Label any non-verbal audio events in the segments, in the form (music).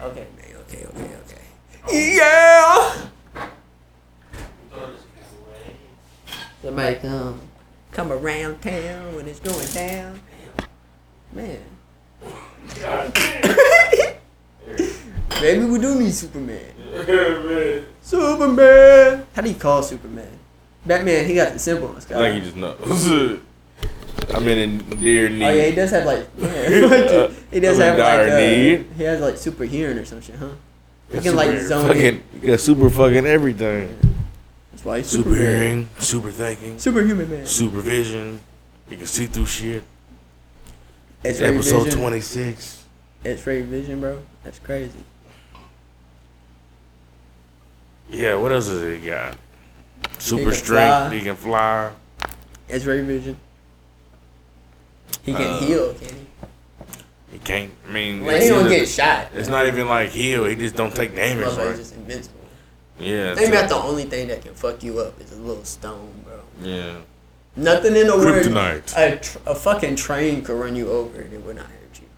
Okay. Okay, okay, okay. Yeah! Somebody come. Come around town when it's going down. (laughs) Man. Maybe we do need (laughs) Superman. Superman! How do you call Superman? Batman, he got the symbol on his I think guy. he just knows. (laughs) I'm in a near need. Oh yeah, he does have like (laughs) yeah. (laughs) he does I'm in have like dire uh, need. he has like super hearing or some shit, huh? He Got can like super- zone in. fucking, Got super fucking everything. That's why he's Super Superman. hearing, super thinking, Superhuman man. super vision. You can see through shit. It's X-ray episode vision. 26. X-ray vision, bro. That's crazy. Yeah, what else does he got? Super can strength. fly. He can fly. X-ray vision. He can Uh, heal, can he? He can't. I mean, Like, it's he don't either- get shot. It's not even like heal. He just don't take damage. Motherfucker's Right? just invincible. Yeah. Maybe so- about the only thing that can fuck you up is a little stone, bro. Yeah. Nothing in the world. Kryptonite. A, tr- a fucking train could run you over and it would not hurt you.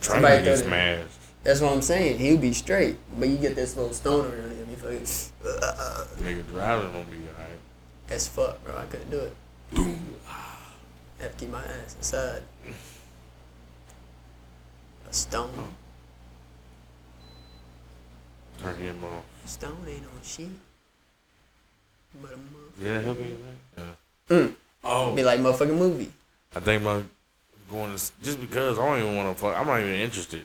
Trying Somebody to get throw the- smashed. That's what I'm saying. He'd be straight, but you get this little stone around him. You fucking Nigga driving gonna be alright. as fuck, bro. I couldn't do it. I have to keep my ass inside. A stone, Turn him off. stone ain't on shit. But a motherfucker. Yeah, help me. Yeah. Mm. Oh, Be like motherfucking movie. I think about going to s- just because I don't even want to fuck. I'm not even interested.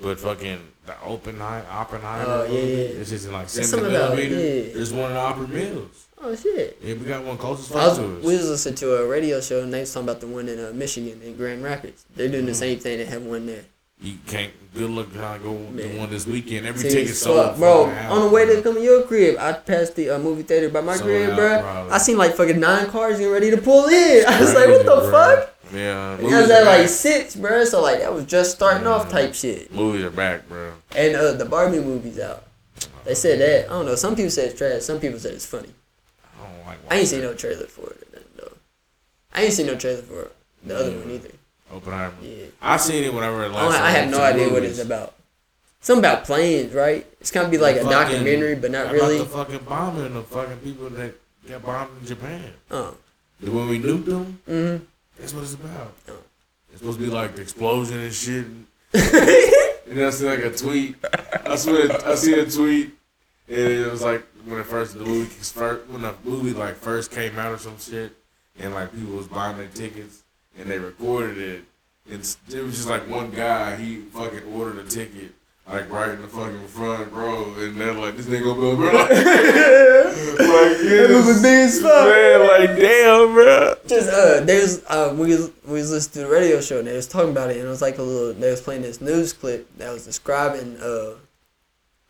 But fucking the Oppenheimer, Oppenheimer. Oh, yeah, movie, yeah. It's just in like There's seven something about it, millimeter. yeah. It's one of the Opera Mills. Oh shit. Yeah, we got one closest I fuck was, to we us. was listening to a radio show and they was talking about the one in uh, Michigan in Grand Rapids. They're doing Mm. the same thing. They have one there. You can't. Good luck trying to go Man. the one this weekend. Every Serious ticket sold. fuck, bro. fucking out. On the way to come to your crib, I passed the uh, movie theater by my Sold crib, out, bro. probably. I seen like fucking nine cars getting ready to pull in. (laughs) I was like, what the Crazy, bro. fuck? Yeah. And I was movies at are like back. six, bro. So like that was just starting off type shit. Movies are back, bro. And uh, the Barbie movie's out. They said that. I don't know. Some people said it's trash. Some people said it's funny. I don't like. I ain't watching seen no trailer for it or nothing, though. I ain't seen no trailer for the other one either. Oppenheimer. Yeah. I seen it whenever. I, don't- I have no idea what it's about. Something about planes, right? It's gonna be like a documentary, but not really. About the fucking bombing of fucking people that got bombed in Japan. Uh, When we nuked them, hmm that's what it's about. Oh. It's supposed to be like the explosion and (laughs) shit. and I see like a tweet. I swear, I see a tweet, and it was like when it first the movie first when the movie like first came out or some shit, and like people was buying their tickets and they recorded it. It's it was just like one guy he fucking ordered a ticket. Like right in the fucking front row, and they're like, "This nigga, bro, bro." (laughs) like, yeah, It was a big as fuck. Man, like, damn, bro. Just uh, there's uh, we was- we was listening to the radio show and they was talking about it and it was like a little they was playing this news clip that was describing uh,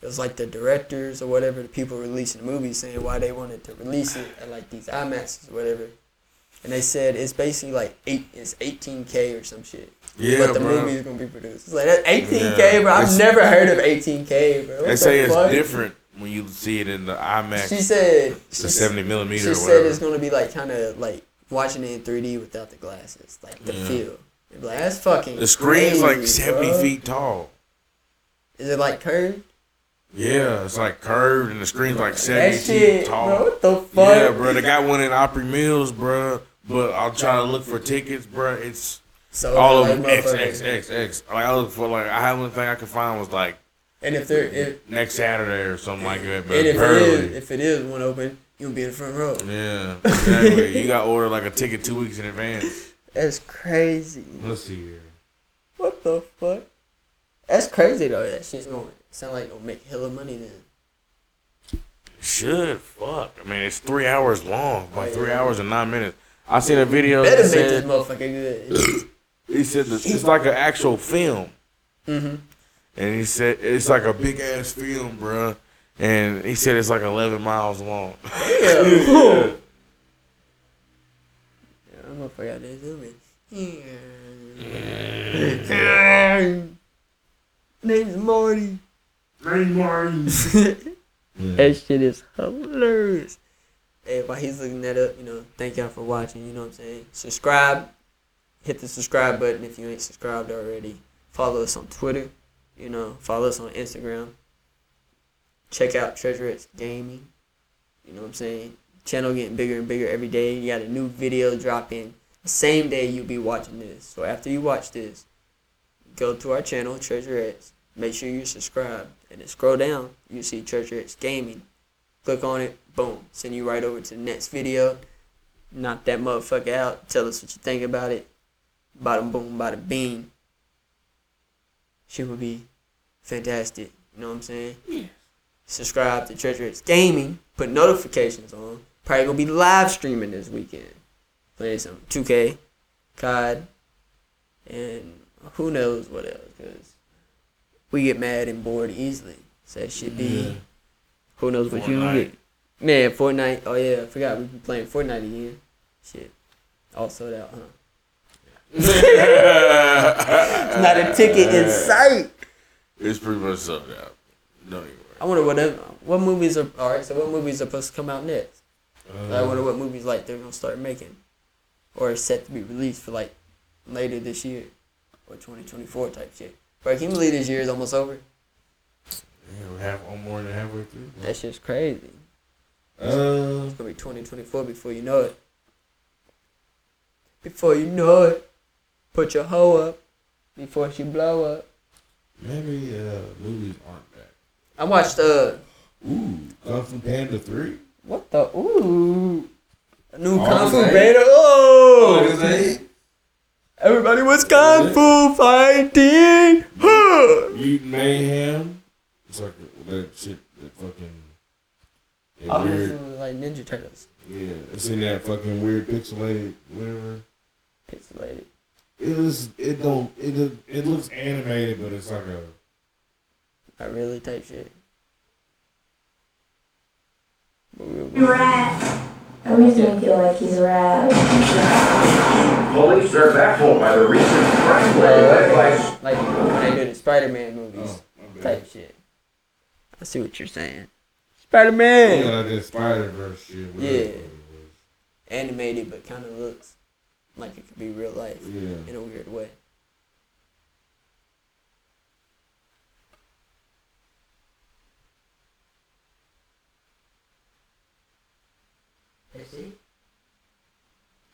it was like the directors or whatever the people releasing the movie saying why they wanted to release it at like these IMAXs or whatever, and they said it's basically like eight it's 18k or some shit. Yeah, but the bro. movie is gonna be produced. It's like that 18k, Yeah. bro. I've It's- never heard of 18k, bro. What They the say it's fuck? different when you see it in the IMAX, She said the 70 millimeter She or said whatever. it's gonna be like kind of like watching it in 3D without the glasses, like the Yeah. feel. It'd be Like that's fucking. the screen's like crazy, 70 bro. feet tall. Is it like curved? Yeah, it's like curved and the screen's like 70 That feet shit, tall. bro. What the fuck? yeah, bro. They got one in Opry Mills, bro. But I'll try to look for tickets, bro. It's (laughs) So all of Oh, like, them X, motherfucker- X, X, X. Like, I look for, like, I had one thing I could find was like And if there, if next Saturday or something like that, but and if it barely. is, if it is one open, you'll be in the front row. yeah, exactly. you got to order like a ticket two weeks in advance. That's crazy. Let's see here. What the fuck? That's crazy though. That shit's gonna sound like it'll make hella money then. Should fuck. I mean, it's three hours long, like yeah. three hours and nine minutes. I seen a video. Better That make this said, motherfucker (clears throat) good. he said that it's like an actual film, mm-hmm. and he said it's like a big ass film, bruh. And he said it's like eleven miles long. Yeah. cool. Yeah, I'm gonna figure out this movie. Yeah. Name's (laughs) Marty. That shit is hilarious. And while he's looking that up, you know, thank y'all for watching. You know what I'm saying? Subscribe. Hit the subscribe button if you ain't subscribed already. Follow us on Twitter You know, follow us on Instagram. Check out Treasure X Gaming. You know what I'm saying? Channel getting bigger and bigger every day. You got a new video dropping the same day you'll be watching this. So after you watch this, go to our channel, Treasure X. Make sure you subscribe. And then scroll down, you see Treasure X Gaming. Click on it, boom. Send you right over to the next video. Knock that motherfucker out. Tell us what you think about it. Bada boom, bada bing. She would be fantastic. You know what I'm saying? Yeah. Subscribe to Treasure X Gaming. Put notifications on. Probably gonna be live streaming this weekend. Playing some 2K, COD, and who knows what else? Cause we get mad and bored easily. So that should be. Yeah. Who knows what you Fortnite. get? Man, Fortnite. Oh yeah, I forgot we been playing Fortnite again. Shit, all sold out, huh? Not a ticket Uh. (laughs) in sight. It's pretty much sold out. Don't even worry. I wonder what other- what movies are all right. So what movies are supposed to come out next? I wonder Uh, what movies like they're gonna start making, or is set to be released for like later this year or twenty twenty four type shit. Bro, can you believe this year is almost over? Yeah, we have one more than halfway through. That's just crazy. Uh, It's gonna be twenty twenty four before you know it. Before you know it, put your hoe up before she blow up. maybe uh, movies aren't back. I watched uh Ooh, Kung Fu Panda three. what the ooh a new Oh, kung is fu that it? beta. Oh, that everybody was kung fu fighting. Huh. Mutant Mayhem. It's like that shit. That fucking. that Oh, this weird. was like Ninja Turtles, Yeah, it's in that fucking weird pixelated whatever. pixelated. It was. It don't. It look- it looks animated, but it's like a. I really type shit. But we were- Rat. I always make feel like he's rat. Police are baffled by the recent crime wave led by Like when they do the Spider Man movies Oh, my bad. type shit. I see what you're saying. Spider Man! Yeah, like that Spider Verse shit. whatever Yeah. it was. Animated, but kind of looks like it could be real life Yeah. in a weird way.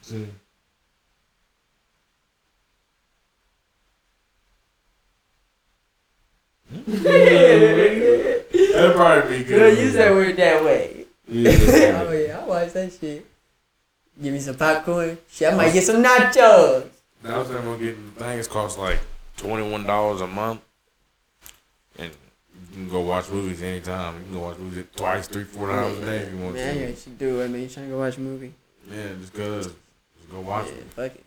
See. That'd probably be Girl, good. use that word that way. Yeah. oh, yeah, (laughs) I watch that shit. Give me some popcorn. Shit, I might get some nachos. Now I'm gonna get the thing. It costs like twenty one dollars a month, and you can go watch movies anytime. You can go watch movies twice, three, four times a day if you want Man, I hear to. what you do. I mean, you trying to go watch a movie? Yeah, just cause. Just go watch Yeah, it. fuck it.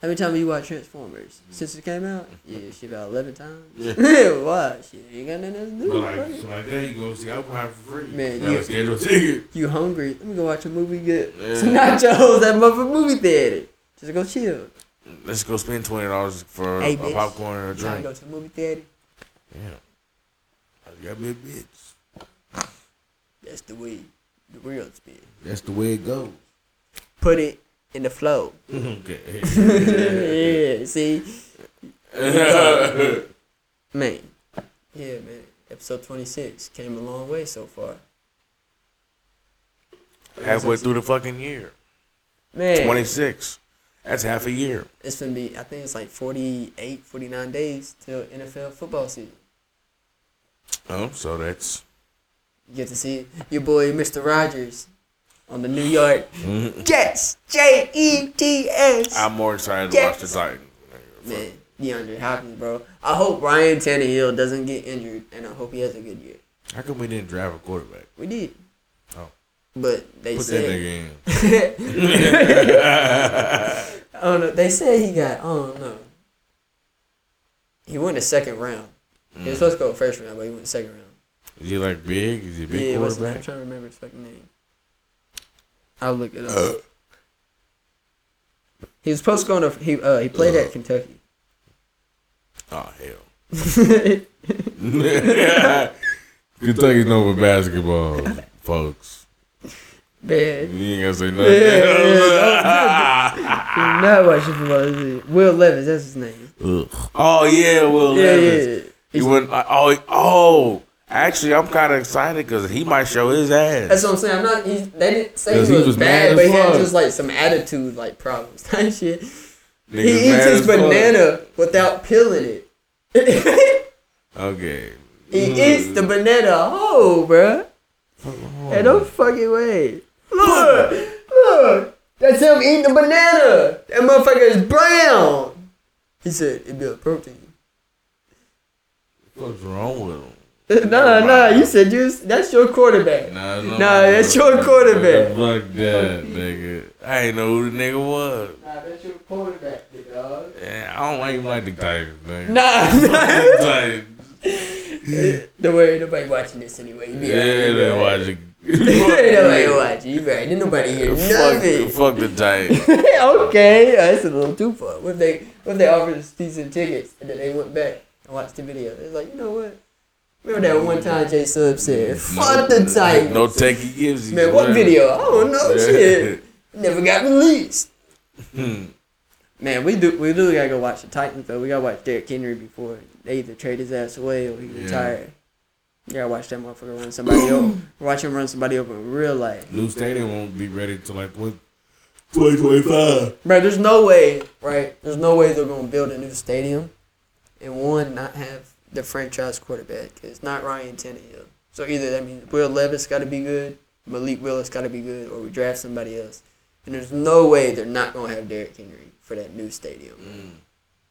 How many times you watch Transformers since it came out? Yeah, shit, about eleven times. (laughs) Yeah. Why? Shit, ain't got nothing else to But do. like, fuck so it. like there you go. See, I'll have for free. Man, Got a you- scheduled ticket. You hungry? Let me go watch a movie. Get Yeah. some nachos at motherfucking movie theater. Just go chill. Let's go spend twenty dollars for Hey, a bitch. popcorn or a You wanna drink. go to the movie theater? Yeah, I got me a bitch. That's the way the world spin. That's the way it (laughs) goes. Put it in the (laughs) flow. okay. yeah. (laughs) See, man. Yeah, man. Episode twenty six came a long way so far. Halfway through the fucking year. Man, 26. That's half a year. it's gonna be. I think it's like 48, 49 days till NFL football season. Oh, so that's. You get to see your boy Mr. Rogers on the New York Mm-hmm. Jets. J E T S. I'm more excited to watch the Titans. Man, DeAndre Hopkins, bro. I hope Ryan Tannehill doesn't get injured, and I hope he has a good year. How come we didn't draft a quarterback? We did. Oh. But they Put that said nigga in. (laughs) I don't know. They said he got. I don't know. He went the second round. He was Mm. supposed to go first round, but he went second round. Is he like big? Is he a big yeah, what's his name? I'm quarterback? trying to remember his fucking name. I'll look it up. Uh, He was supposed to go on a he uh, he played at Kentucky. Oh, (laughs) hell. Kentucky's known for basketball, folks. You Bad. ain't gonna say He not watching football. Is it? Will uh, Levis, that's his name. nothing. Ugh. oh, yeah, Will Yeah, Levis. yeah. He wouldn't. Like, oh, oh, actually, I'm kind of excited because he might show his ass. That's what I'm saying. I'm not. He, they didn't say 'Cause he he was, was mad bad, as but he had fuck. just like some attitude like problems. (laughs) That shit. Niggas He eats mad his as fuck. banana without peeling it. (laughs) Okay. he Mm. eats the banana whole, bruh. Oh. Ain't no fucking way. Look, look. That's him eating the banana. That motherfucker is brown. He said it'd be a protein. (laughs) What's wrong with him? nah, nah. You said you. was- That's your quarterback. Nah, no, Nah, that's your quarterback. Fuck that, nigga. I ain't know who the nigga was. Nah, that's your quarterback, big dog. Yeah, I don't even like the Titans, nigga. (laughs) Nah, (laughs) nah. Titans. Don't worry, nobody watching this anyway. You be Yeah, alright, you be alright. (laughs) they watching. Ain't nobody watching. You right. Didn't nobody hear nothing. Fuck, fuck the Titans. (laughs) okay, uh, that's a little too far. What if they what if they offered us decent tickets and then they went back and watched the video? They're like, you know what? Remember that one time Jay Sub said, "Fuck the Titans." No techie gives you. Man, what video? I don't know. Yeah. (laughs) Shit, never got released. Hmm, Man, we do we do gotta go watch the Titans though. We gotta watch Derrick Henry before they either trade his ass away or he Yeah. retired. You gotta watch that motherfucker run somebody (clears throat) over. Watch him run somebody over in real life. New stadium won't be ready till like what? 2025. Bro, there's no way, right? There's no way they're gonna build a new stadium and one not have the franchise quarterback. It's not Ryan Tannehill. So either that means Will Levis got to be good, Malik Willis got to be good, or we draft somebody else. And there's no way they're not gonna have Derrick Henry for that new stadium. Mm.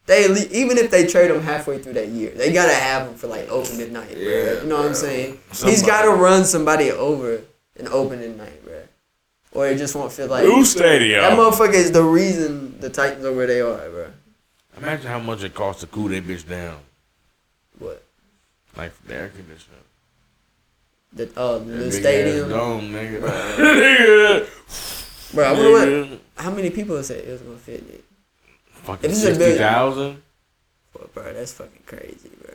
They at lea- even if they trade him halfway through that year, they gotta have him for like open midnight. Bro. Yeah, you know what I'm saying? He's Somebody. gotta run somebody over in opening night, bro. Or it just won't feel like New stadium. that motherfucker is the reason the Titans are where they are, bro. Imagine how much it costs to cool that bitch down, What? like for the air conditioner. The uh, the That big ass stadium, (laughs) dome, nigga. nigga. bro. I wonder what, nigga. how many people said it was gonna fit in it. Fucking If it's a sixty thousand. Well, bro, that's fucking crazy, bro.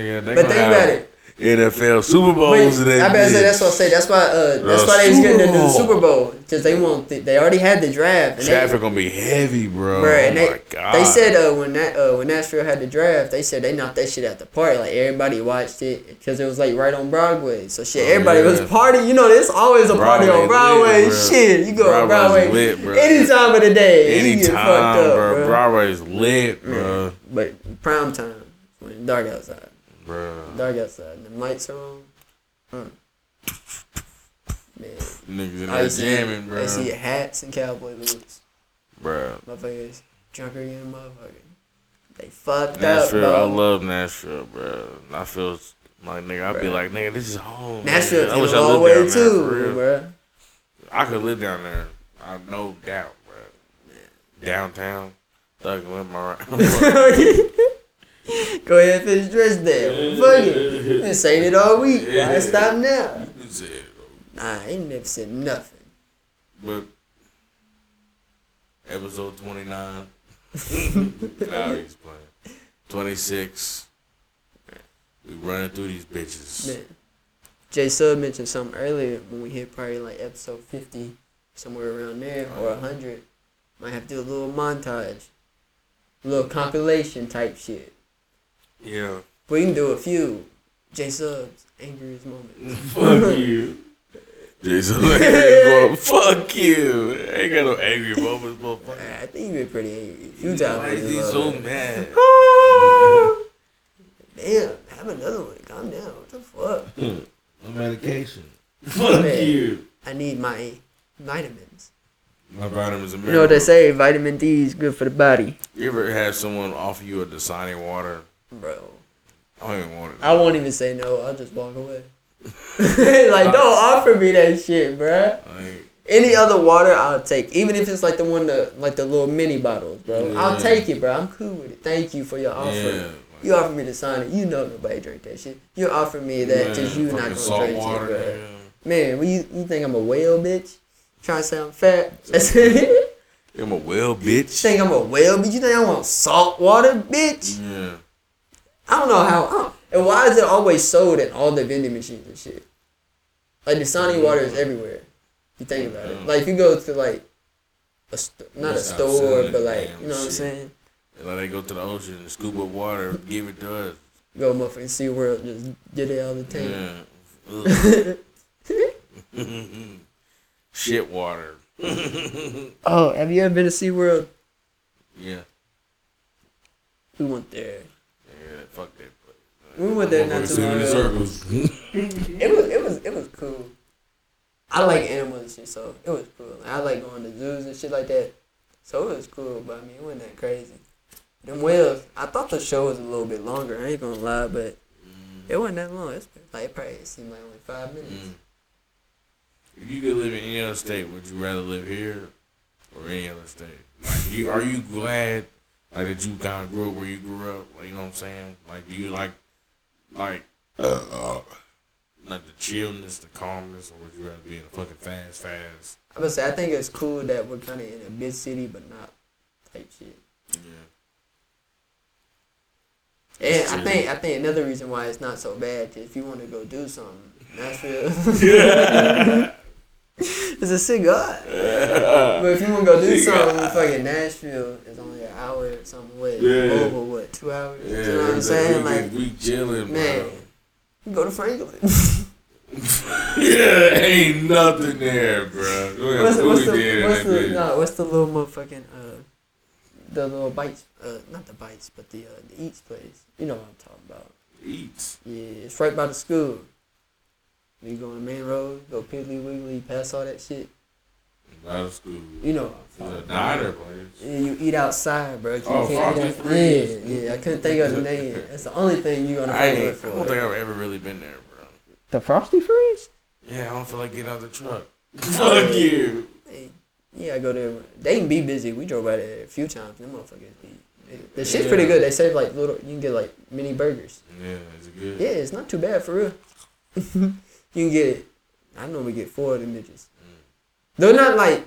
Nigga, they But gonna think have about it. NFL Super But Bowls. and I better say bitch. that's what I say. That's why uh, that's The why they was getting to do the Super Super Bowl because they want th- they already had the draft. And Traffic they, gonna be heavy, bro. bro, oh and my they, god. they said uh, when that uh, when Nashville had the draft, they said they knocked that shit out the park. Like everybody watched it because it was like right on Broadway. So shit, Oh, everybody was yeah. partying. You know, there's always a party Broadway on lit, Broadway. bruh. shit, you go on Broadway's Broadway lit, bruh. any time of the day. you get anytime, fucked up, bro. bruh. Broadway's lit, bro. But prime time when it's dark outside, Bro, dark outside, and the lights are on. Mm. Man. niggas in I there see- jamming, I see bro. hats and cowboy boots. Bro, Motherfuckers drunker than a motherfucker. They fucked up, Nashville. I bro. love Nashville, bro. I feel like nigga. I'd be Bruh. like, nigga, this is home. nigga. Nashville I came wish a I long lived way down there, too, for real. bro. I could live down there. I no doubt, bro. Downtown, thugging with my. (laughs) Go ahead and finish dress down. Fuck it. Been saying it all week. Why Yeah. stop now? It's it, Nah, I ain't never said nothing. (laughs) but episode twenty (laughs) nine. now he's playing. Twenty six. We running through these bitches. Man. Jay Sub mentioned something earlier when we hit probably like episode 50, somewhere around there, or 100. Might have to do a little montage, a little compilation type shit. Yeah. We can do a few. J Subs, angriest moment. (laughs) Fuck you. Jason, like, well, fuck you. I ain't got no angry moments, motherfucker. I think you've been pretty angry. A few Why times. is you he was so like, mad? (laughs) Damn, have another one. Calm down. What the fuck? No medication. Fuck Man. you. I need my vitamins. My vitamins are You know what they say? Vitamin D is good for the body. You ever had someone offer you a Dasani water? Bro. I don't even want it. I won't even say no. I'll just walk away. (laughs) like, don't offer me that shit, bruh. Like, Any other water, I'll take. Even if it's like the one, the like the little mini bottles, bro. I'll Yeah. take it, bro. I'm cool with it. Thank you for your offer. yeah. You offer me the Sonic. You know nobody drink that shit. You offer me that because you not gonna drink it, bro. Man, well, you, you think I'm a whale, bitch? Try to sound fat? (laughs) think I'm a well bitch. I'm a whale, bitch? You think I want salt water, bitch? yeah. I don't know how. I don't- and why is it always sold at all the vending machines and shit? Like Dasani water is everywhere. You think about it. Like you go to like a st- not a It's not store, selling but like damn you know what I'm shit. saying. And like they go to the ocean and scoop up water, give it to us. Go motherfucking Sea World, just get it out of the tank. Yeah. Ugh. (laughs) Shit water. Oh, have you ever been to Sea World? Yeah. We went there. Yeah, fuck that. place. We went there not too Sitting long in ago. circles. (laughs) It was it was it was cool. I like animals and shit, so it was cool. I like going to zoos and shit like that, so it was cool. But I mean, it wasn't that crazy. Them whales. I thought the show was a little bit longer. I ain't gonna lie, but it wasn't that long. It's like it probably seemed like only five minutes. If you could live in any other state, would you rather live here or any other state? Like, you, are you glad like that you kind of grew up where you grew up? Like, you know what I'm saying? Like, do you like like uh, uh, like the chillness, the calmness, or would you rather be in a fucking fast, fast? I must say, I think it's cool that we're kind of in a big city, but not type shit. Yeah. And I think I think another reason why it's not so bad is if you want to go do something, Nashville. (laughs) it's a cigar. but if you want to go do something, fucking Nashville is only an hour or something away. Yeah. Over what two hours? Yeah, you know what I'm saying? we, Like we chilling, man, man. you go to Franklin. yeah, ain't nothing there, bro. (laughs) what's, What's, the- what's the, the what's the bitch. no, what's the little motherfucking uh, the little bites? Uh, not the bites, but the uh, the eats place. You know what I'm talking about. Eats. Yeah, it's right by the school. You go on the main road, go Piggly Wiggly, pass all that shit. Out of school. You know. It's a diner place. And you eat outside, bro. You Oh, can't Frosted eat Flakes. Yeah, yeah. I couldn't think of the name. That's the only thing you on the I, front ain't, I road don't think I've for. ever really been there, bro. The frosty freeze? Yeah, I don't feel like getting out the truck. (laughs) Fuck you. Yeah, I go there. They can be busy. We drove by there a few times. Them motherfuckers. Be, the shit's Yeah. pretty good. They serve like little. You can get like mini burgers. Yeah, it's good. Yeah, it's not too bad for real. (laughs) you can get it. I normally get four of them bitches. They're not like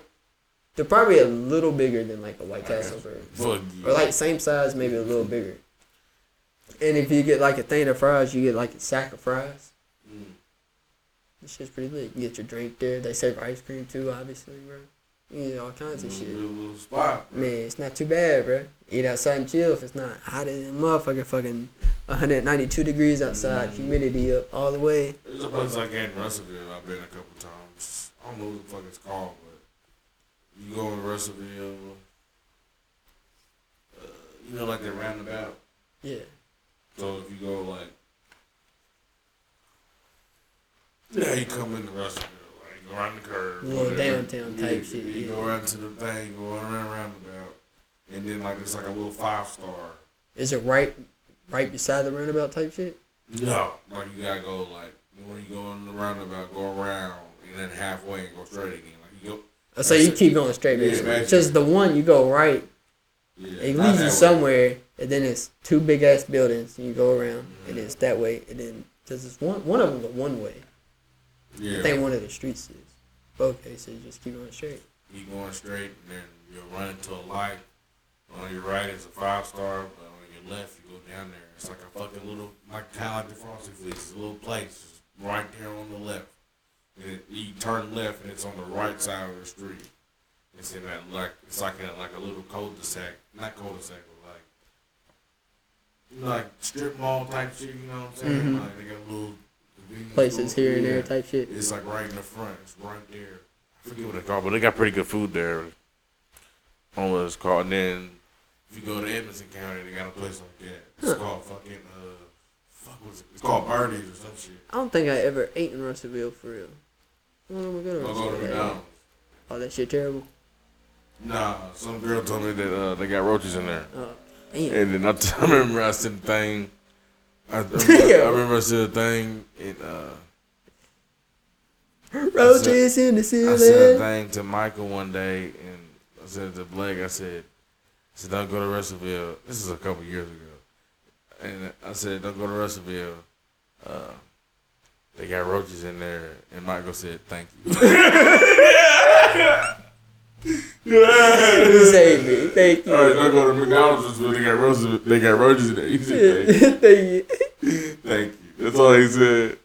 they're probably a little bigger than like a White Castle burger. Fuck you. Or like same size, maybe a little bigger. And if you get like a thing of fries, you get like a sack of fries. This shit's pretty lit. You get your drink there. They serve ice cream too, obviously, bro. You get all kinds of It's a shit. good little spot. Man, it's not too bad, bro. Eat outside and chill if it's not hot as a motherfucker. Fucking 192 degrees Mm. outside, humidity up all the way. There's a place like that in Russellville I've been a couple times. I don't know what the fuck it's called, but you go in Russellville, uh, you know, like that roundabout. Yeah. So if you go like, yeah, you come into Russellville, like go around the curve, Yeah, whatever. downtown type Yeah, shit, You yeah. go around to the thing, go around the roundabout, and then like it's like a little five star. Is it right right beside the roundabout type shit? No, like you gotta go like when you go in the roundabout, go around and then halfway and go straight again. Like you go. Oh, So you That's it. keep going straight, Yeah, basically. basically. Just the one you go right, Yeah, it leads not that you way. somewhere, and then it's two big ass buildings, and you go around, and it's that way, and then because it's one one of them the one way. Yeah, I think one of the streets is. Okay, so you just keep going straight. you going straight and then you'll run into a light. On your right is a five star, but on your left you go down there. It's like a fucking little like kind of like the Frosty Flakes. It's a little place just right there on the left. And it, you turn left and it's on the right side of the street. It's in that like it's like a like a little cul-de-sac, not cul-de-sac, but like you know, like strip mall type shit. You know what I'm saying? Mhm. Like they got little convenience Places stores. here and Yeah. there type shit. It's like right in the front. It's right there. I forget what it's called, but they got pretty good food there. I don't know what it's called. And then if you go to Edmonton County, they got a place like that. It's called fucking uh, fuck was it? It's called Birdies or some shit. I don't think I ever ate in Russellville for real. When am I going to I'll go to Russellville? McDonald's. Oh, that shit terrible. Nah, some girl told me that uh, they got roaches in there. Oh, damn. And then I, (laughs) t- I remember I seen a thing. I, I, Damn. remember, I remember I seen a thing. It uh. Roaches in the I said a ceiling. thing to Michael one day, and I said to Blake, I said, I said, don't go to Russellville. This is a couple years ago. And I said, don't go to Russellville. Uh, they got roaches in there. And Michael said, thank you. You saved me. Thank All right, you. don't go to McDonald's Russellville. They got roaches. They got roaches in there. He said, (laughs) (laughs) thank Thank you. you. Thank you. That's all he (laughs) said.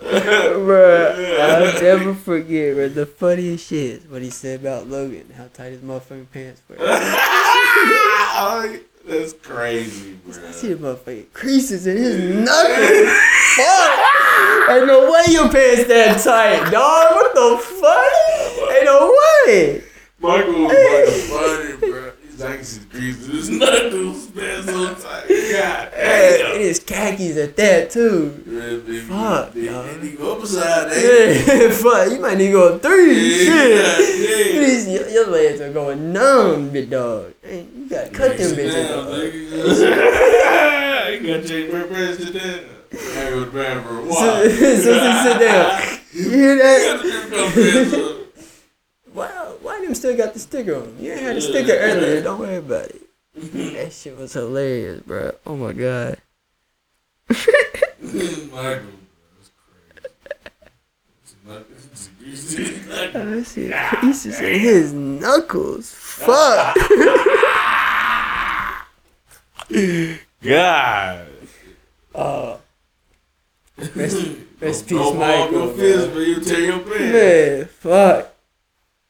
Bruh, I'll never forget, bro. The funniest shit is what he said about Logan, how tight his motherfucking pants were. I That's crazy, bro. I see the motherfucking creases in his knuckles. fuck! Ain't no way your pants that tight, dog. What the fuck? Ain't no way. Michael was like, funny, bro. He's like, he's greased his knuckles, man, so tight. God Hey, damn. it is khakis at that too. Man, then you- Fuck, then you- dog. then you go upside down. Yeah, (laughs) fuck. You might need to go up three. (laughs) Yeah, Shit. yeah. These your, your legs are going numb, big dog. Hey, you gotta cut them Sit bitches. (laughs) down, dog. nigga. You gotta change your pants to that. I go to the bathroom. (laughs) Why? Sit- sit- (laughs) sit down. You hear You that? gotta change your pants up. (laughs) Why, why them still got the sticker on? 'em? You ain't had the sticker earlier. Don't worry about it. That shit was hilarious, bro. Oh my god. Michael, bro, that's crazy. It's not- it's greasy. (laughs) It's not- I see creases in his knuckles. Fuck. God. Rest, rest Don't peace, ball up Michael. your fist, bro. but you tear your pants. Man, fuck.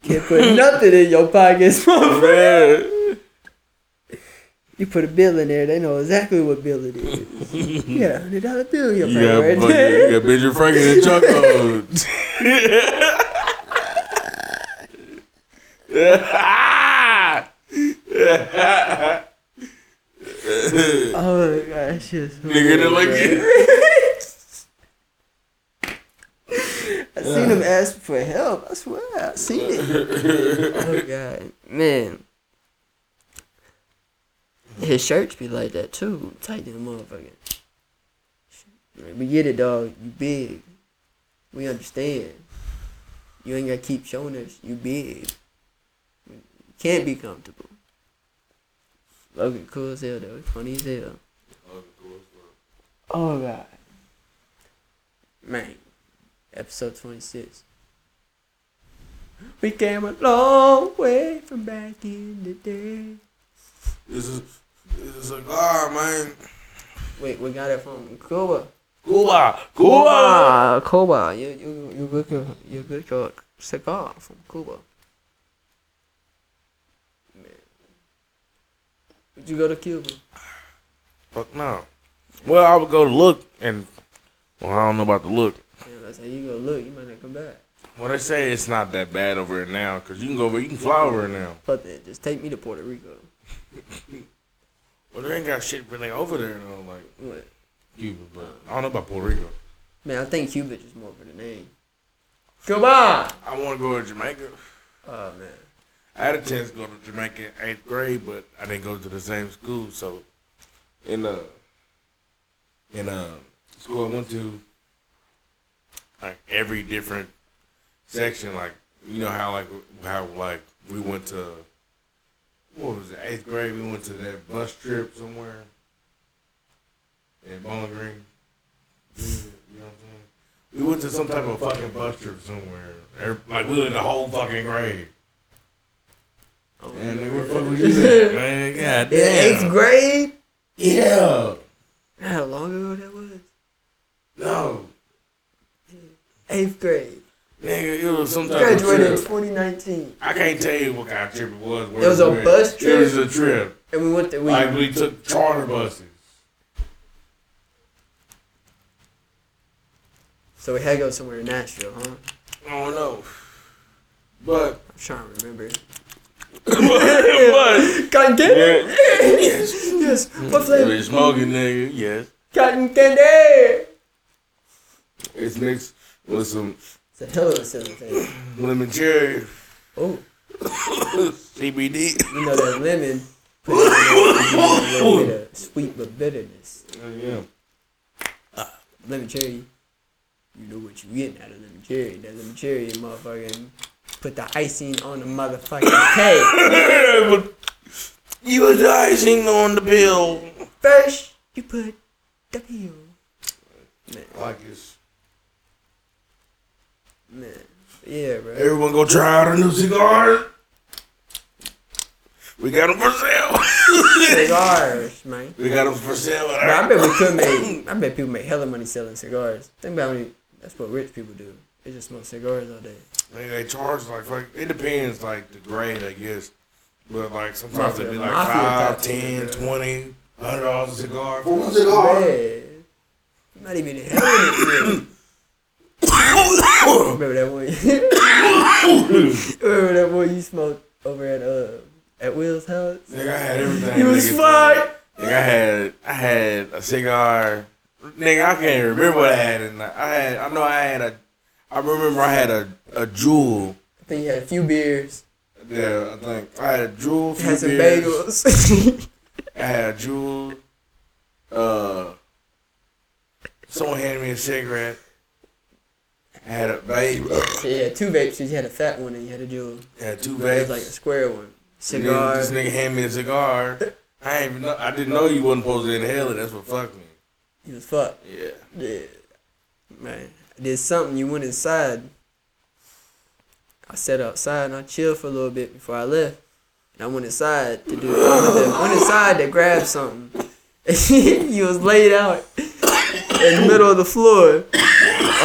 Can't put nothing in your pockets, motherfucker. You put a bill in there, they know exactly what bill it (laughs) is. You got a hundred dollar bill in your You pocket got, right fucking, there. you got Benjamin Franklin and Choco. (laughs) Oh my gosh, just Nigga, they like it. I seen him ask for help. I swear, I seen it. oh god, man. His shirts be like that too, tight than a motherfucker. Like, we get it, dog. You big. We understand. You ain't gotta keep showing us you big. You can't be comfortable. Logan cool as hell though. He's Funny as hell. Oh god. Man. Episode twenty six. We came a long way from back in the day. This is, this is like, ah, man. Wait, we got it from Cuba. Cuba, Cuba. Cuba, Cuba. You you you get your you get your cigar from Cuba. Man. Would you go to Cuba? Fuck no. Well, I would go look and, well, I don't know about the look. Yeah, that's how you go look. You might not come back. Well, they say it's not that bad over there now, cause you can go over, you can fly over there now. But then just take me to Puerto Rico. Well, they ain't got shit really over there though, like What? Cuba, but I don't know about Puerto Rico. Man, I think Cuba just more for the name. Come on. I want to go to Jamaica. Oh man. I had a chance to go to Jamaica in eighth grade, but I didn't go to the same school. So, in uh, in uh, school I went to, like every different section, like you know how like how like we went to what was it eighth grade? We went to that bus trip somewhere in Bowling Green. You know what I'm saying? We went to some type of fucking bus trip somewhere. Every- Like we were in the whole fucking grade. Oh, Man, nigga, where the fuck was (laughs) you at, man? God Yeah, eighth damn. grade. Yeah. How long ago that was? No. Eighth grade. Nigga, it was some type of Graduated in trip. 2019, I can't tell you what kind of trip it was. where It was a we went. bus trip? It was a trip. and we went to we. Like, we took charter buses. so we had to go somewhere in Nashville, huh? I don't know. (laughs) But, (laughs) I'm trying to remember. (laughs) but, Cotton candy. yeah. Yes. yes. What flavor? We smoking, nigga. Yes. Cotton candy. It's mixed with some It's a hell of a silly thing. lemon cherry, Oh, CBD. you know that lemon. put it in there, you get a little bit of Sweet but bitterness. yeah. Lemon cherry. You know what you getting out of lemon cherry. That lemon cherry, motherfucking. Put the icing on the motherfucking cake. (laughs) but you was icing on the pill. First, you put the peel. Like it's Man. Yeah, bro. everyone go try out our new cigar. We got them for sale. (laughs) Cigars, man. we got them for sale. At But I our- bet we could make. I bet people make hella money selling cigars. Think about it. That's what rich people do. They just smoke cigars all day. They, they charge like fuck. It depends, like the grade, I guess. But like sometimes it'd be like Mafia five, type ten, shit. twenty, hundred dollars a cigar. For one cigar. Man, I'm not even having it yet. (coughs) Remember that one? Remember that one you smoked over at uh at Will's house? (laughs) Nigga, I had everything. You was nigga. fine. Nigga, I had I had a cigar. Nigga, I can't remember what I had. And I had I know I had a. I remember I had a a jewel. I think you had a few beers, Yeah, I think I had a jewel. had some few beers. bagels. (laughs) I had a jewel. Uh, someone handed me a cigarette. I had a vape. yeah, two vapes. You had a fat one and you had a jewel. I had two It vapes. was like a square one. And Cigar. Then this nigga handed me a cigar. I ain't even know, I didn't know you wasn't supposed to inhale it. That's what fucked me. You was fucked. Yeah. Yeah. Man, I did something. You went inside. I sat outside and I chilled for a little bit before I left. And I went inside to do I went inside to grab something. (laughs) you was laid out in the middle of the floor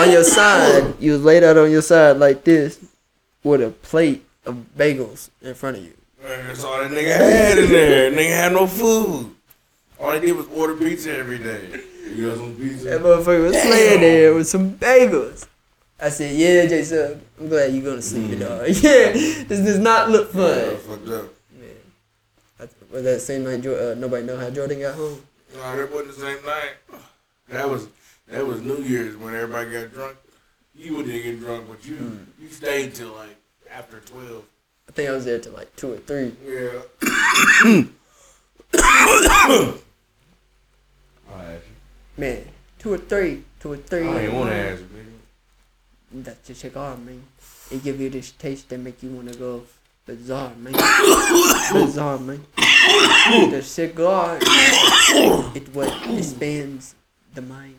on your side. You was laid out on your side like this with a plate of bagels in front of you. Man, That's all that nigga had in there. Nigga had no food. All they did was order pizza every day. You got some That pizza? motherfucker was laying there with some bagels. I said, yeah, Jason, I'm glad you're gonna sleep it, dog. (laughs) Yeah, this does not look Mm. Yeah, fun. fucked up. I, was that same night Jor- uh, nobody know how Jordan got home? Nah, that wasn't the same night. That was that was New Year's when everybody got drunk. You wouldn't get drunk, but you you stayed till like after twelve. I think I was there till like two or three. Yeah. Man, two or three, two or I three. ain't want to ask you, nigga. That's just cigar, man. It give you this taste that make you wanna go bizarre, man. bizarre, man. the cigar, it what expands the mind.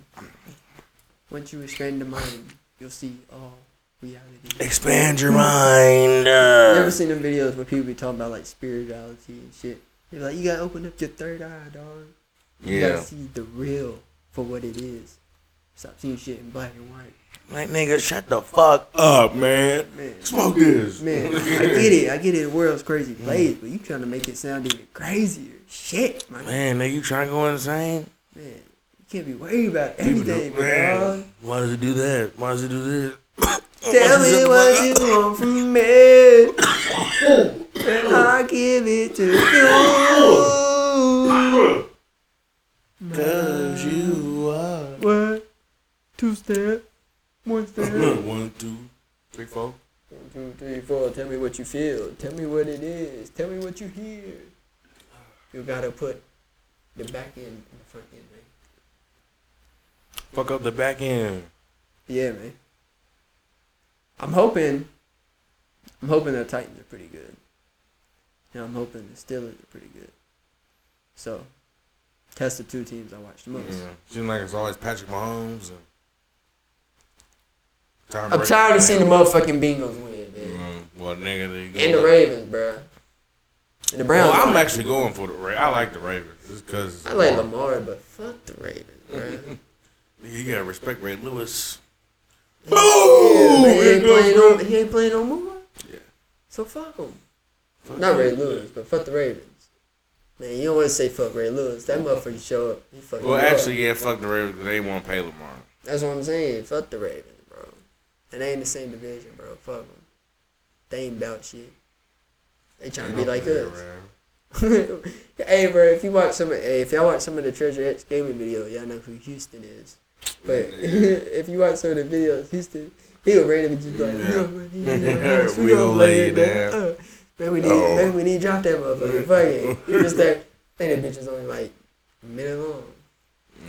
Once you expand the mind, you'll see all reality. Expand your mind. You ever seen them videos where people be talking about like spirituality and shit? They're like, you gotta open up your third eye, dog. You gotta Yeah. see the real for what it is. Stop seeing shit in black and white. Like nigga, shut the fuck up, man. Man. Smoke this. (laughs) Man, I get it. I get it. The world's crazy place, but you trying to make it sound even crazier. Shit, man. Man, Man, nigga, you trying to go insane? you can't be worried about everything, bro. Why does it do that? Why does it do this? Tell me what you want from me, and I'll give it to you. Cause you are. What? Two step, one (coughs) step. One, two, three, four. One, two, three, four. Tell me what you feel. Tell me what it is. Tell me what you hear. You gotta put the back end in the front end, man. Fuck up the back end. Yeah, man. I'm hoping. I'm hoping the Titans are pretty good. And I'm hoping the Steelers are pretty good. So, that's the two teams I watch the most. Yeah. Seems like it's always Patrick Mahomes and Tom I'm Brady. tired of seeing the motherfucking Bengals win, man. Mm, well, nigga, they And the Ravens, bruh. And the Browns. Well, Oh, I'm I actually going for the Ravens. I like the Ravens. It's because like Lamar, but fuck the Ravens, (laughs) bruh. uh, you gotta respect Ray Lewis. Yeah, Boom! but he ain't Here playing goes no, Ray- he ain't playing no more. Yeah. So fuck him. Not Ray Lewis, but fuck the Ravens. Man, you don't want to say fuck Ray Lewis. That motherfucker show up. He fucking Well, you up. actually, yeah, fuck the Ravens. 'cause They won't pay Lamar. that's what I'm saying. Fuck the Ravens, bro. And they in the same division, bro. Fuck them. They ain't about shit. They trying to be like Yeah, us. Ram. hey, bro, if you watch some, of, hey, if y'all watch some of the Treasure X gaming video, y'all know who Houston is. But (laughs) if you watch some of the videos, Houston, he'll randomly just be like, Yeah. we gonna- we (laughs) gonna- We gonna lay it down. Uh, Man, we need, Oh. man, we need to drop that motherfucker. Fuck it. Just that, I think that bitch is only like a minute long.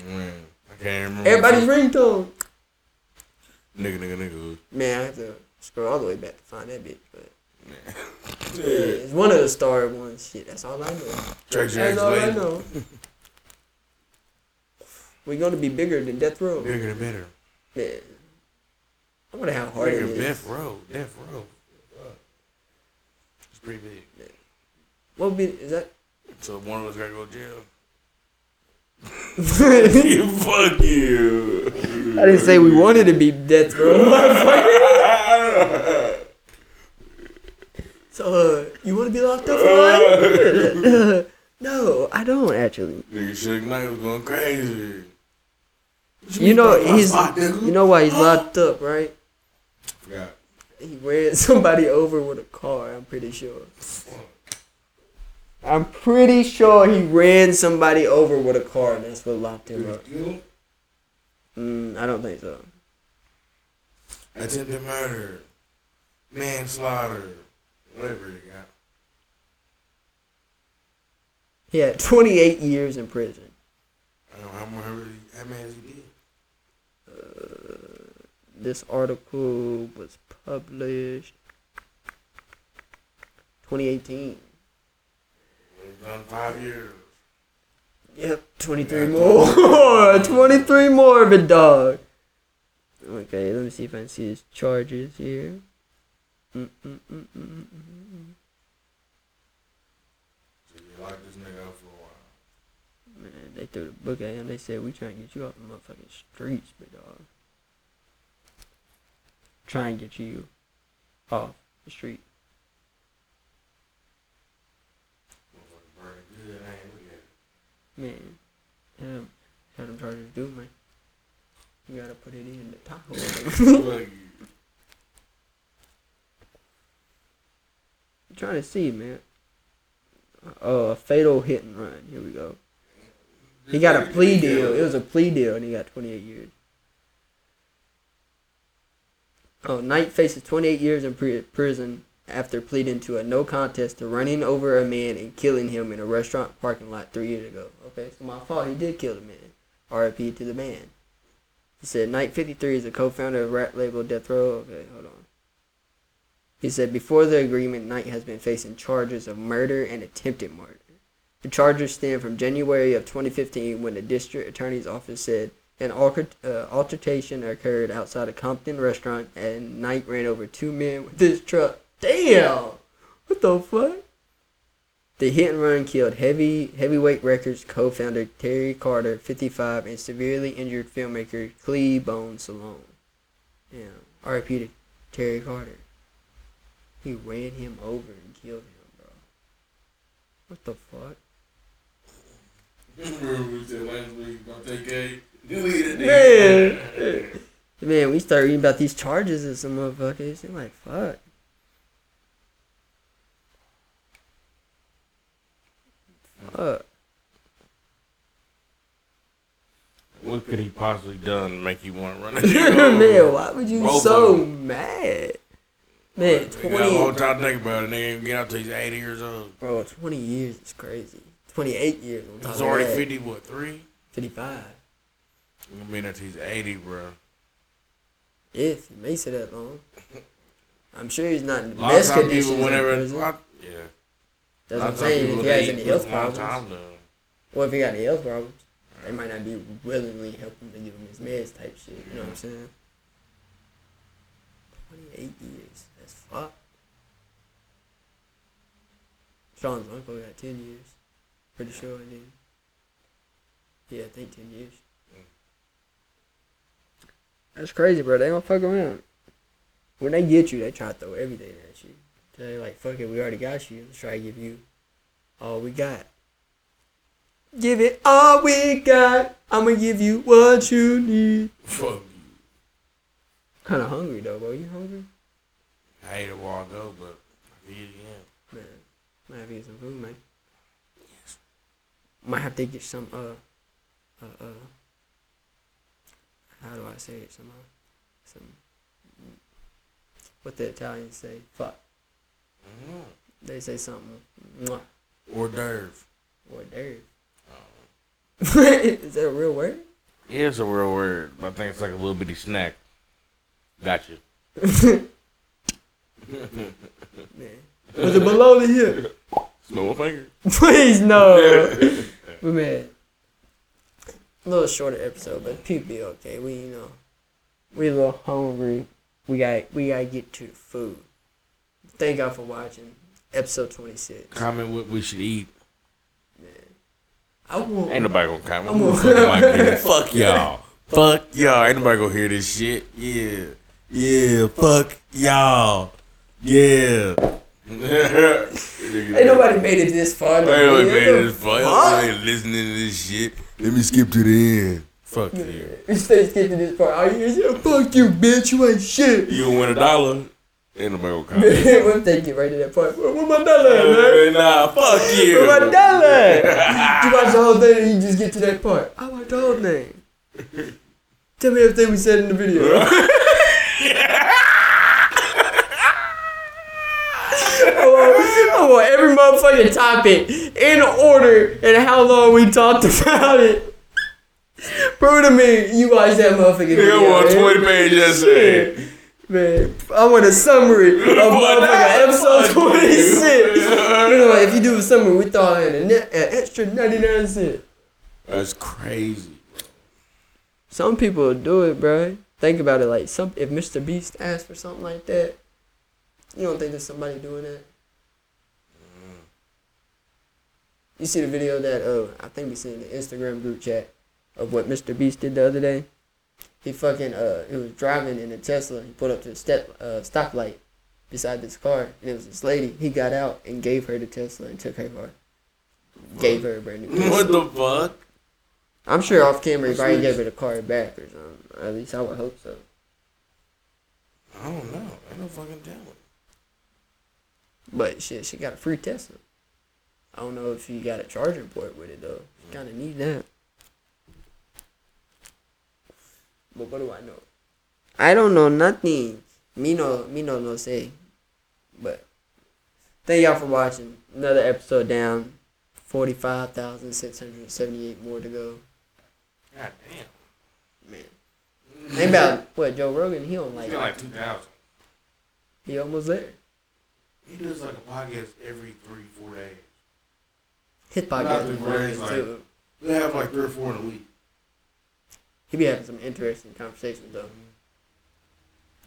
Man, Mm, I can't remember. Everybody's ringtone. nigga, nigga, Man, I have to scroll all the way back to find that bitch, but yeah, nigga. (laughs) it's one of the star ones. Shit, that's all I know. Drake That's Jack's all I lady. know. (laughs) We're gonna be bigger than Death Row. Bigger than better. Man, I wonder how hard Bigger it than is. Death Row. Death Row. It's pretty big. What be is that? (laughs) So one of us gotta go to jail. (laughs) Fuck you. I didn't say we wanted to be Death Row. (laughs) so uh, You want to be locked up for (laughs) life? no, I don't actually. Nigga, Suge Knight was going crazy. You know he's. locked, nigga? You know why he's locked up, right? Forgot. He ran (laughs) somebody over with a car. I'm pretty sure. I'm pretty sure he ran somebody over with a car, and that's what locked him up. Mm, I don't think so. Attempted murder, manslaughter, whatever you got. He had 28 years in prison. I don't know how much how many- how many he did. This article was published 2018. He's done five years. Yep, 23 more. (laughs) 23 more of it, dog. Okay, let me see if I can see his charges here. Mm-mm-mm-mm. So you locked this nigga up for a while. Man, they threw the book at him. They said, we trying to get you off the motherfucking streets, big dog. Try and get you off the street. Motherfucker burning good. I ain't looking at it. Man, um, had them charges do, man. You gotta put it in the Tahoe. Fuck you. I'm (laughs) trying to see, man. Uh, fatal hit and run. Here we go. He got a plea deal. It was a plea deal, and he got 28 years. Oh, Knight faces 28 years in pri- prison after pleading to a no contest to running over a man and killing him in a restaurant parking lot three years ago. Okay, so my fault. He did kill the man. R.I.P. to the man. He said Knight 53 is a co-founder of rap label Death Row. Okay, hold on. He said before the agreement, Knight has been facing charges of murder and attempted murder. The charges stem from January of 2015 when the district attorney's office said an alter, uh, altercation occurred outside a Compton restaurant and Knight ran over two men with his truck. Damn! What the fuck? The hit and run killed heavy heavyweight records co-founder Terry Carter, 55, and severely injured filmmaker Clee Bone Salone. Damn. R.I.P. to Terry Carter. He ran him over and killed him, bro. What the fuck? Remember we said last week about that gay? Delete it. Man. Man, we start reading about these charges and some motherfuckers. I'm like, fuck. Fuck. (laughs) What could he possibly done to make you want to (laughs) run a Man, why would you Both so of 'em. mad? Man, You got a long 20, time to think about it. Nigga ain't get out till he's 80 years old. bro, 20 years is crazy. 28 years on top He's of already that. 50, what, 3? 55. I mean, until he's 80, bro. If he makes it that long. I'm sure he's not in the A lot of best time conditions. people, in whenever. prison. a lot- Yeah. A That's lot what of I'm time saying. people, If he has they any eat health for a long problems. time, though. Well, if he got any health problems, they might not be willingly helping to give him his meds type shit. You know what I'm saying? 28 years. That's fuck. Sean's uncle got 10 years. Pretty sure, I think. Yeah, I think 10 years. That's crazy, bro. They don't fuck around. When they get you, they try to throw everything at you. They're like, fuck it, we already got you. Let's try to give you all we got. Give it all we got. I'm gonna give you what you need. Fuck you. Kind of hungry though, bro. You hungry? I ate it a while ago, but I can eat it again. Man, might have to get some food, man. Might have to get some uh, uh, uh. How do I say it? Some, uh, some. What the Italians say? Fuck. They say something. Mwah, Hors d'oeuvre. or dare. (laughs) Is that a real word? Yeah, it's a real word, but I think it's like a little bitty snack. Gotcha. Man, was it below the hip? Smell my finger. Please (laughs) no. but man, a little shorter episode, but people be okay. We you know, we a little hungry. We got we gotta get to the food. Thank y'all for watching episode twenty six. Comment what we should eat. I Ain't want nobody gonna comment. I'm Who the gonna- (laughs) fuck am I kidding? Fuck y'all. Fuck y'all. Ain't nobody gonna hear this shit. Yeah. (laughs) Yeah. Fuck y'all. Yeah. Ain't nobody made it this far. Ain't nobody Yeah. made it fun. Huh? Nobody listening to this shit. Let me skip to the end. Fuck you. (laughs) You stay skipping this part. All you hear is, "Yeah, fuck you, bitch. You ain't shit. (laughs) You can win a dollar. Ain't nobody gonna comment. what if they get right to that part? Where, where my dollar at, man? Hey, nah, fuck you. Where Oh my dollar at? you watch the whole thing and you just get to that part. I watched the whole thing. Tell me everything we said in the video. I want, I want every motherfucking topic in order and how long we talked about it. Prove to me you watched that motherfucking video. Nigga want man. 20 page essay. Man, I want a summary of motherfucking episode 26. You know, if you do a summary, we throw in an, an extra 99 cents. That's crazy. Some people do it, bro. Think about it like, some, if Mr. Beast asked for something like that, you don't think there's somebody doing that? You see the video that uh, I think we seen in the Instagram group chat of what Mr. Beast did the other day. He fucking uh, he was driving in a Tesla. He pulled up to a step uh, stoplight beside this car, and it was this lady. He got out and gave her the Tesla and took her car. Gave her a brand new. Tesla. (laughs) What the fuck? I'm sure off camera, he probably gave her the car back or something. At least I would hope so. I don't know. I don't fucking tell. But shit, she got a free Tesla. I don't know if you got a charging port with it though. You kind of need that. But what do I know? I don't know nothing. Me no, me no, no say. But thank y'all for watching. Another episode down. Forty-five thousand six hundred seventy-eight more to go. God damn. Man, ain't about what Joe Rogan. He don't like. He got like 2,000. He almost there. He does like a podcast every three, four days. His Not podcast the is greatest, hilarious like- too. They have like three or four in a week. He be having some interesting conversations though.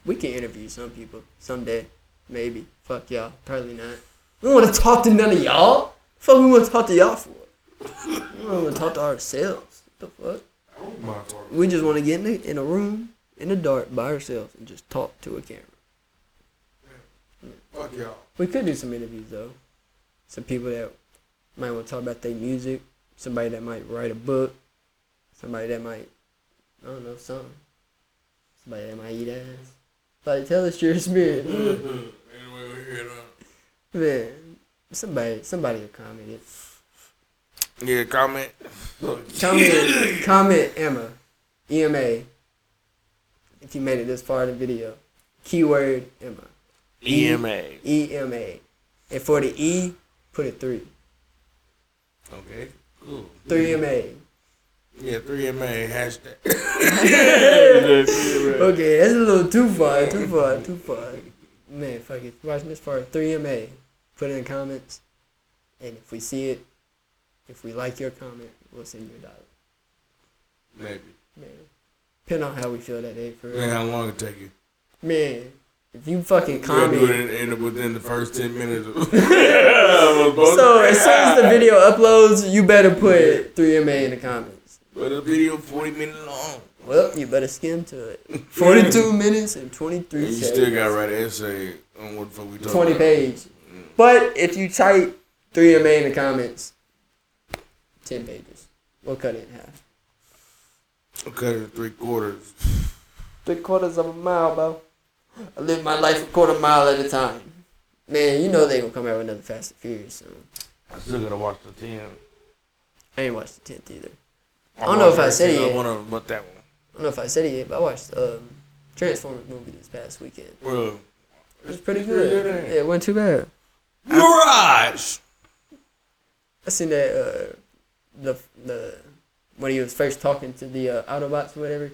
We can interview some people someday, maybe. Fuck y'all, probably not. We don't want to talk to none of y'all. Fuck, we want to talk to y'all for. We don't want to talk to ourselves. The fuck. I don't mind talking. We just want to get in, the, in a room in the dark by ourselves and just talk to a camera. Fuck y'all. We could do some interviews though. Some people that might want to talk about their music. Somebody that might write a book. Somebody that might, I don't know, something. Somebody that might eat ass. Like, tell us your experience, anyway, we're here now. man. Somebody, somebody will comment it. Yeah, comment. Comment, comment Emma, EMA. If you made it this far in the video, keyword Emma, EMA. EMA, and for the E, put a three, Okay. Cool. three MA. Yeah, 3MA (laughs) hashtag. Yeah, 3MA. Okay, that's a little too far, too far, too far. Man, fuck it. Watching this part, 3MA. Put it in the comments. And if we see it, if we like your comment, we'll send you a dollar. Maybe. Man. Depending on how we feel that day, for real. Man, how long it take you? Man, if you fucking We'll do comment. it in, in, within the first 10 minutes. of- (laughs) so, (laughs) So, as soon as (laughs) the video uploads, you better put 3MA in the comments. But the video 40 minutes long. Well, you better skim to (laughs) it. 42 minutes and 23 And you seconds. still got to write an essay on what the fuck we talking 20 about. page. But if you type 3MA in the comments, 10 pages. We'll cut it in half. Cut it three quarters. Three quarters of a mile, bro. I live my life a quarter mile at a time. Man, you know they gonna come out with another Fast and Furious soon. I still got to watch the 10. I ain't watched the 10th either. I don't know if I said it yet. One of them, but that one. I don't know if I said it yet, but I watched um, Transformers movie this past weekend. Bro. It was pretty pretty good. good, ain't it? Yeah, it wasn't too bad. Mirage! I seen that uh, the the when he was first talking to the uh, Autobots or whatever,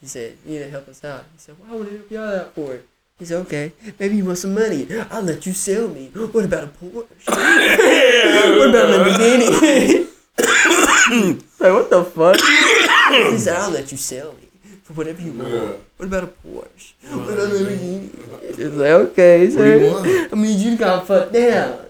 he said, "You need to help us out." He said, "Why would I help y'all out for it?" He said, "Okay, maybe you want some money. I'll let you sell me. What about a (laughs) Porsche? what about a Lamborghini?" like what the fuck? he said, "I'll let you sell me for whatever you want. Yeah. What about a Porsche? What about a Lamborghini?" It's like okay, do you sir. want? I mean, you got fucked down.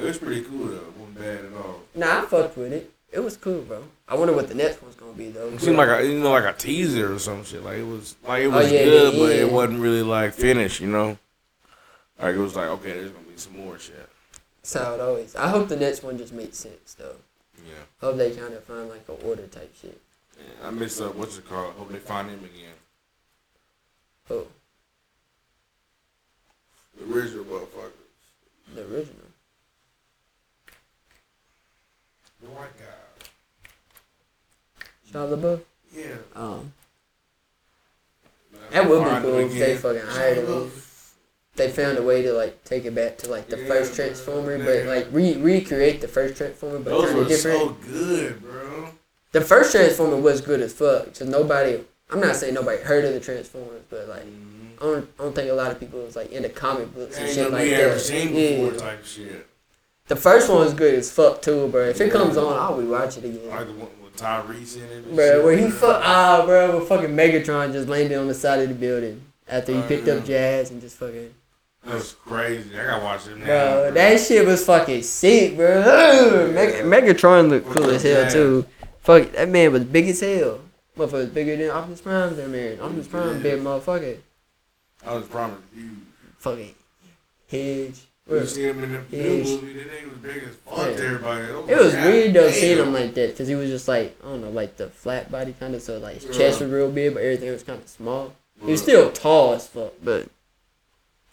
It was pretty cool, though. It wasn't bad at all. Nah, I fucked with it. It was cool, bro. I wonder what the next one's gonna be though. It seemed like a, you know, like a teaser or some shit. Like it was, like it Oh, was yeah, good, yeah, but yeah. it wasn't really like finished. You know, Like it was like, okay, there's gonna be some more shit. That's how it always. I hope the next one just makes sense though. Yeah. I hope they kind of find like an order type shit. Yeah, I missed up. What's it called? Hope they find him again. Oh, The original motherfuckers. the original. The white guy. Shia LaBeouf. Yeah. Um, That would be Find him cool if they again. fucking hired him. They found a way to like take it back to like the Yeah, first bro. Transformer, Yeah. but like re- recreate the first Transformer, but Those kind of were different. so good, bro. The first Transformer was good as fuck. So nobody, I'm not saying nobody heard of the Transformers, but like Mm-hmm. I don't, I don't think a lot of people was like into comic books and Ain't shit nothing like we that. ever seen before Yeah. type shit. The first one was good as fuck too, bro. If it Yeah. comes on, I'll rewatch it again. Like the one with Tyrese in it. and Bro, shit. where he fuck ah, bro, where fucking Megatron just landed on the side of the building after he Oh, picked yeah. up Jazz and just fucking. That's crazy. I gotta watch it now. Bro, that shit was fucking sick, bro. Ugh, Meg- Megatron looked cool as hell too. Fuck, that man was big as hell. Motherfucker was bigger than Optimus Prime, that man. Optimus Prime, big motherfucker. I was promised you. Fucking huge. You see him in the new Yeah. movie, that nigga was big as fuck to Yeah. everybody. Oh, It was God weird though damn. seeing him like that because he was just like I don't know like the flat body kind of so like his chest Yeah. Mm. was real big but everything was kind of small. He was Bruh. still tall as fuck, but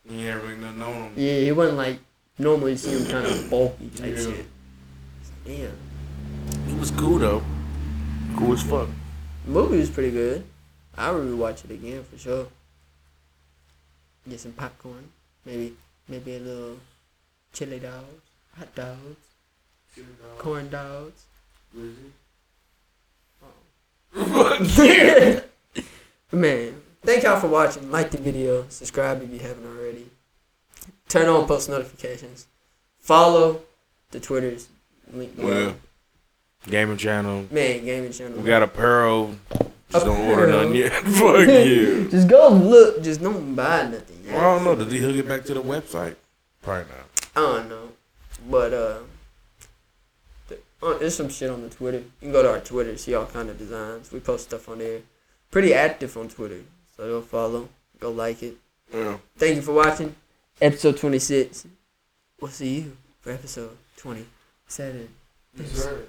You ain't really known him. yeah, he wasn't like normally see him kind (clears throat) of bulky type Yeah. shit. Damn, It was cool though. Cool as fuck. the movie was pretty good. I would rewatch it again for sure. Get some popcorn, maybe maybe a little chili dogs, hot dogs, corn dogs. yeah. (laughs) Man, thank y'all for watching. Like the video, subscribe if you haven't already. Turn on post notifications. Follow the Twitters. Link Well, gaming channel. man, gaming channel. We got a pearl. Just A don't order pearl. none yet. (laughs) (laughs) fuck you. Just go look. Just don't buy nothing. I don't know. Did he hook it back to the website? Probably not. I don't know, but uh, th- uh, there's some shit on the Twitter. You can go to our Twitter, see all kind of designs. We post stuff on there. Pretty active on Twitter, so go follow, go like it. Yeah. Thank you for watching. Episode 26. We'll see you for episode 27. Yes, sir.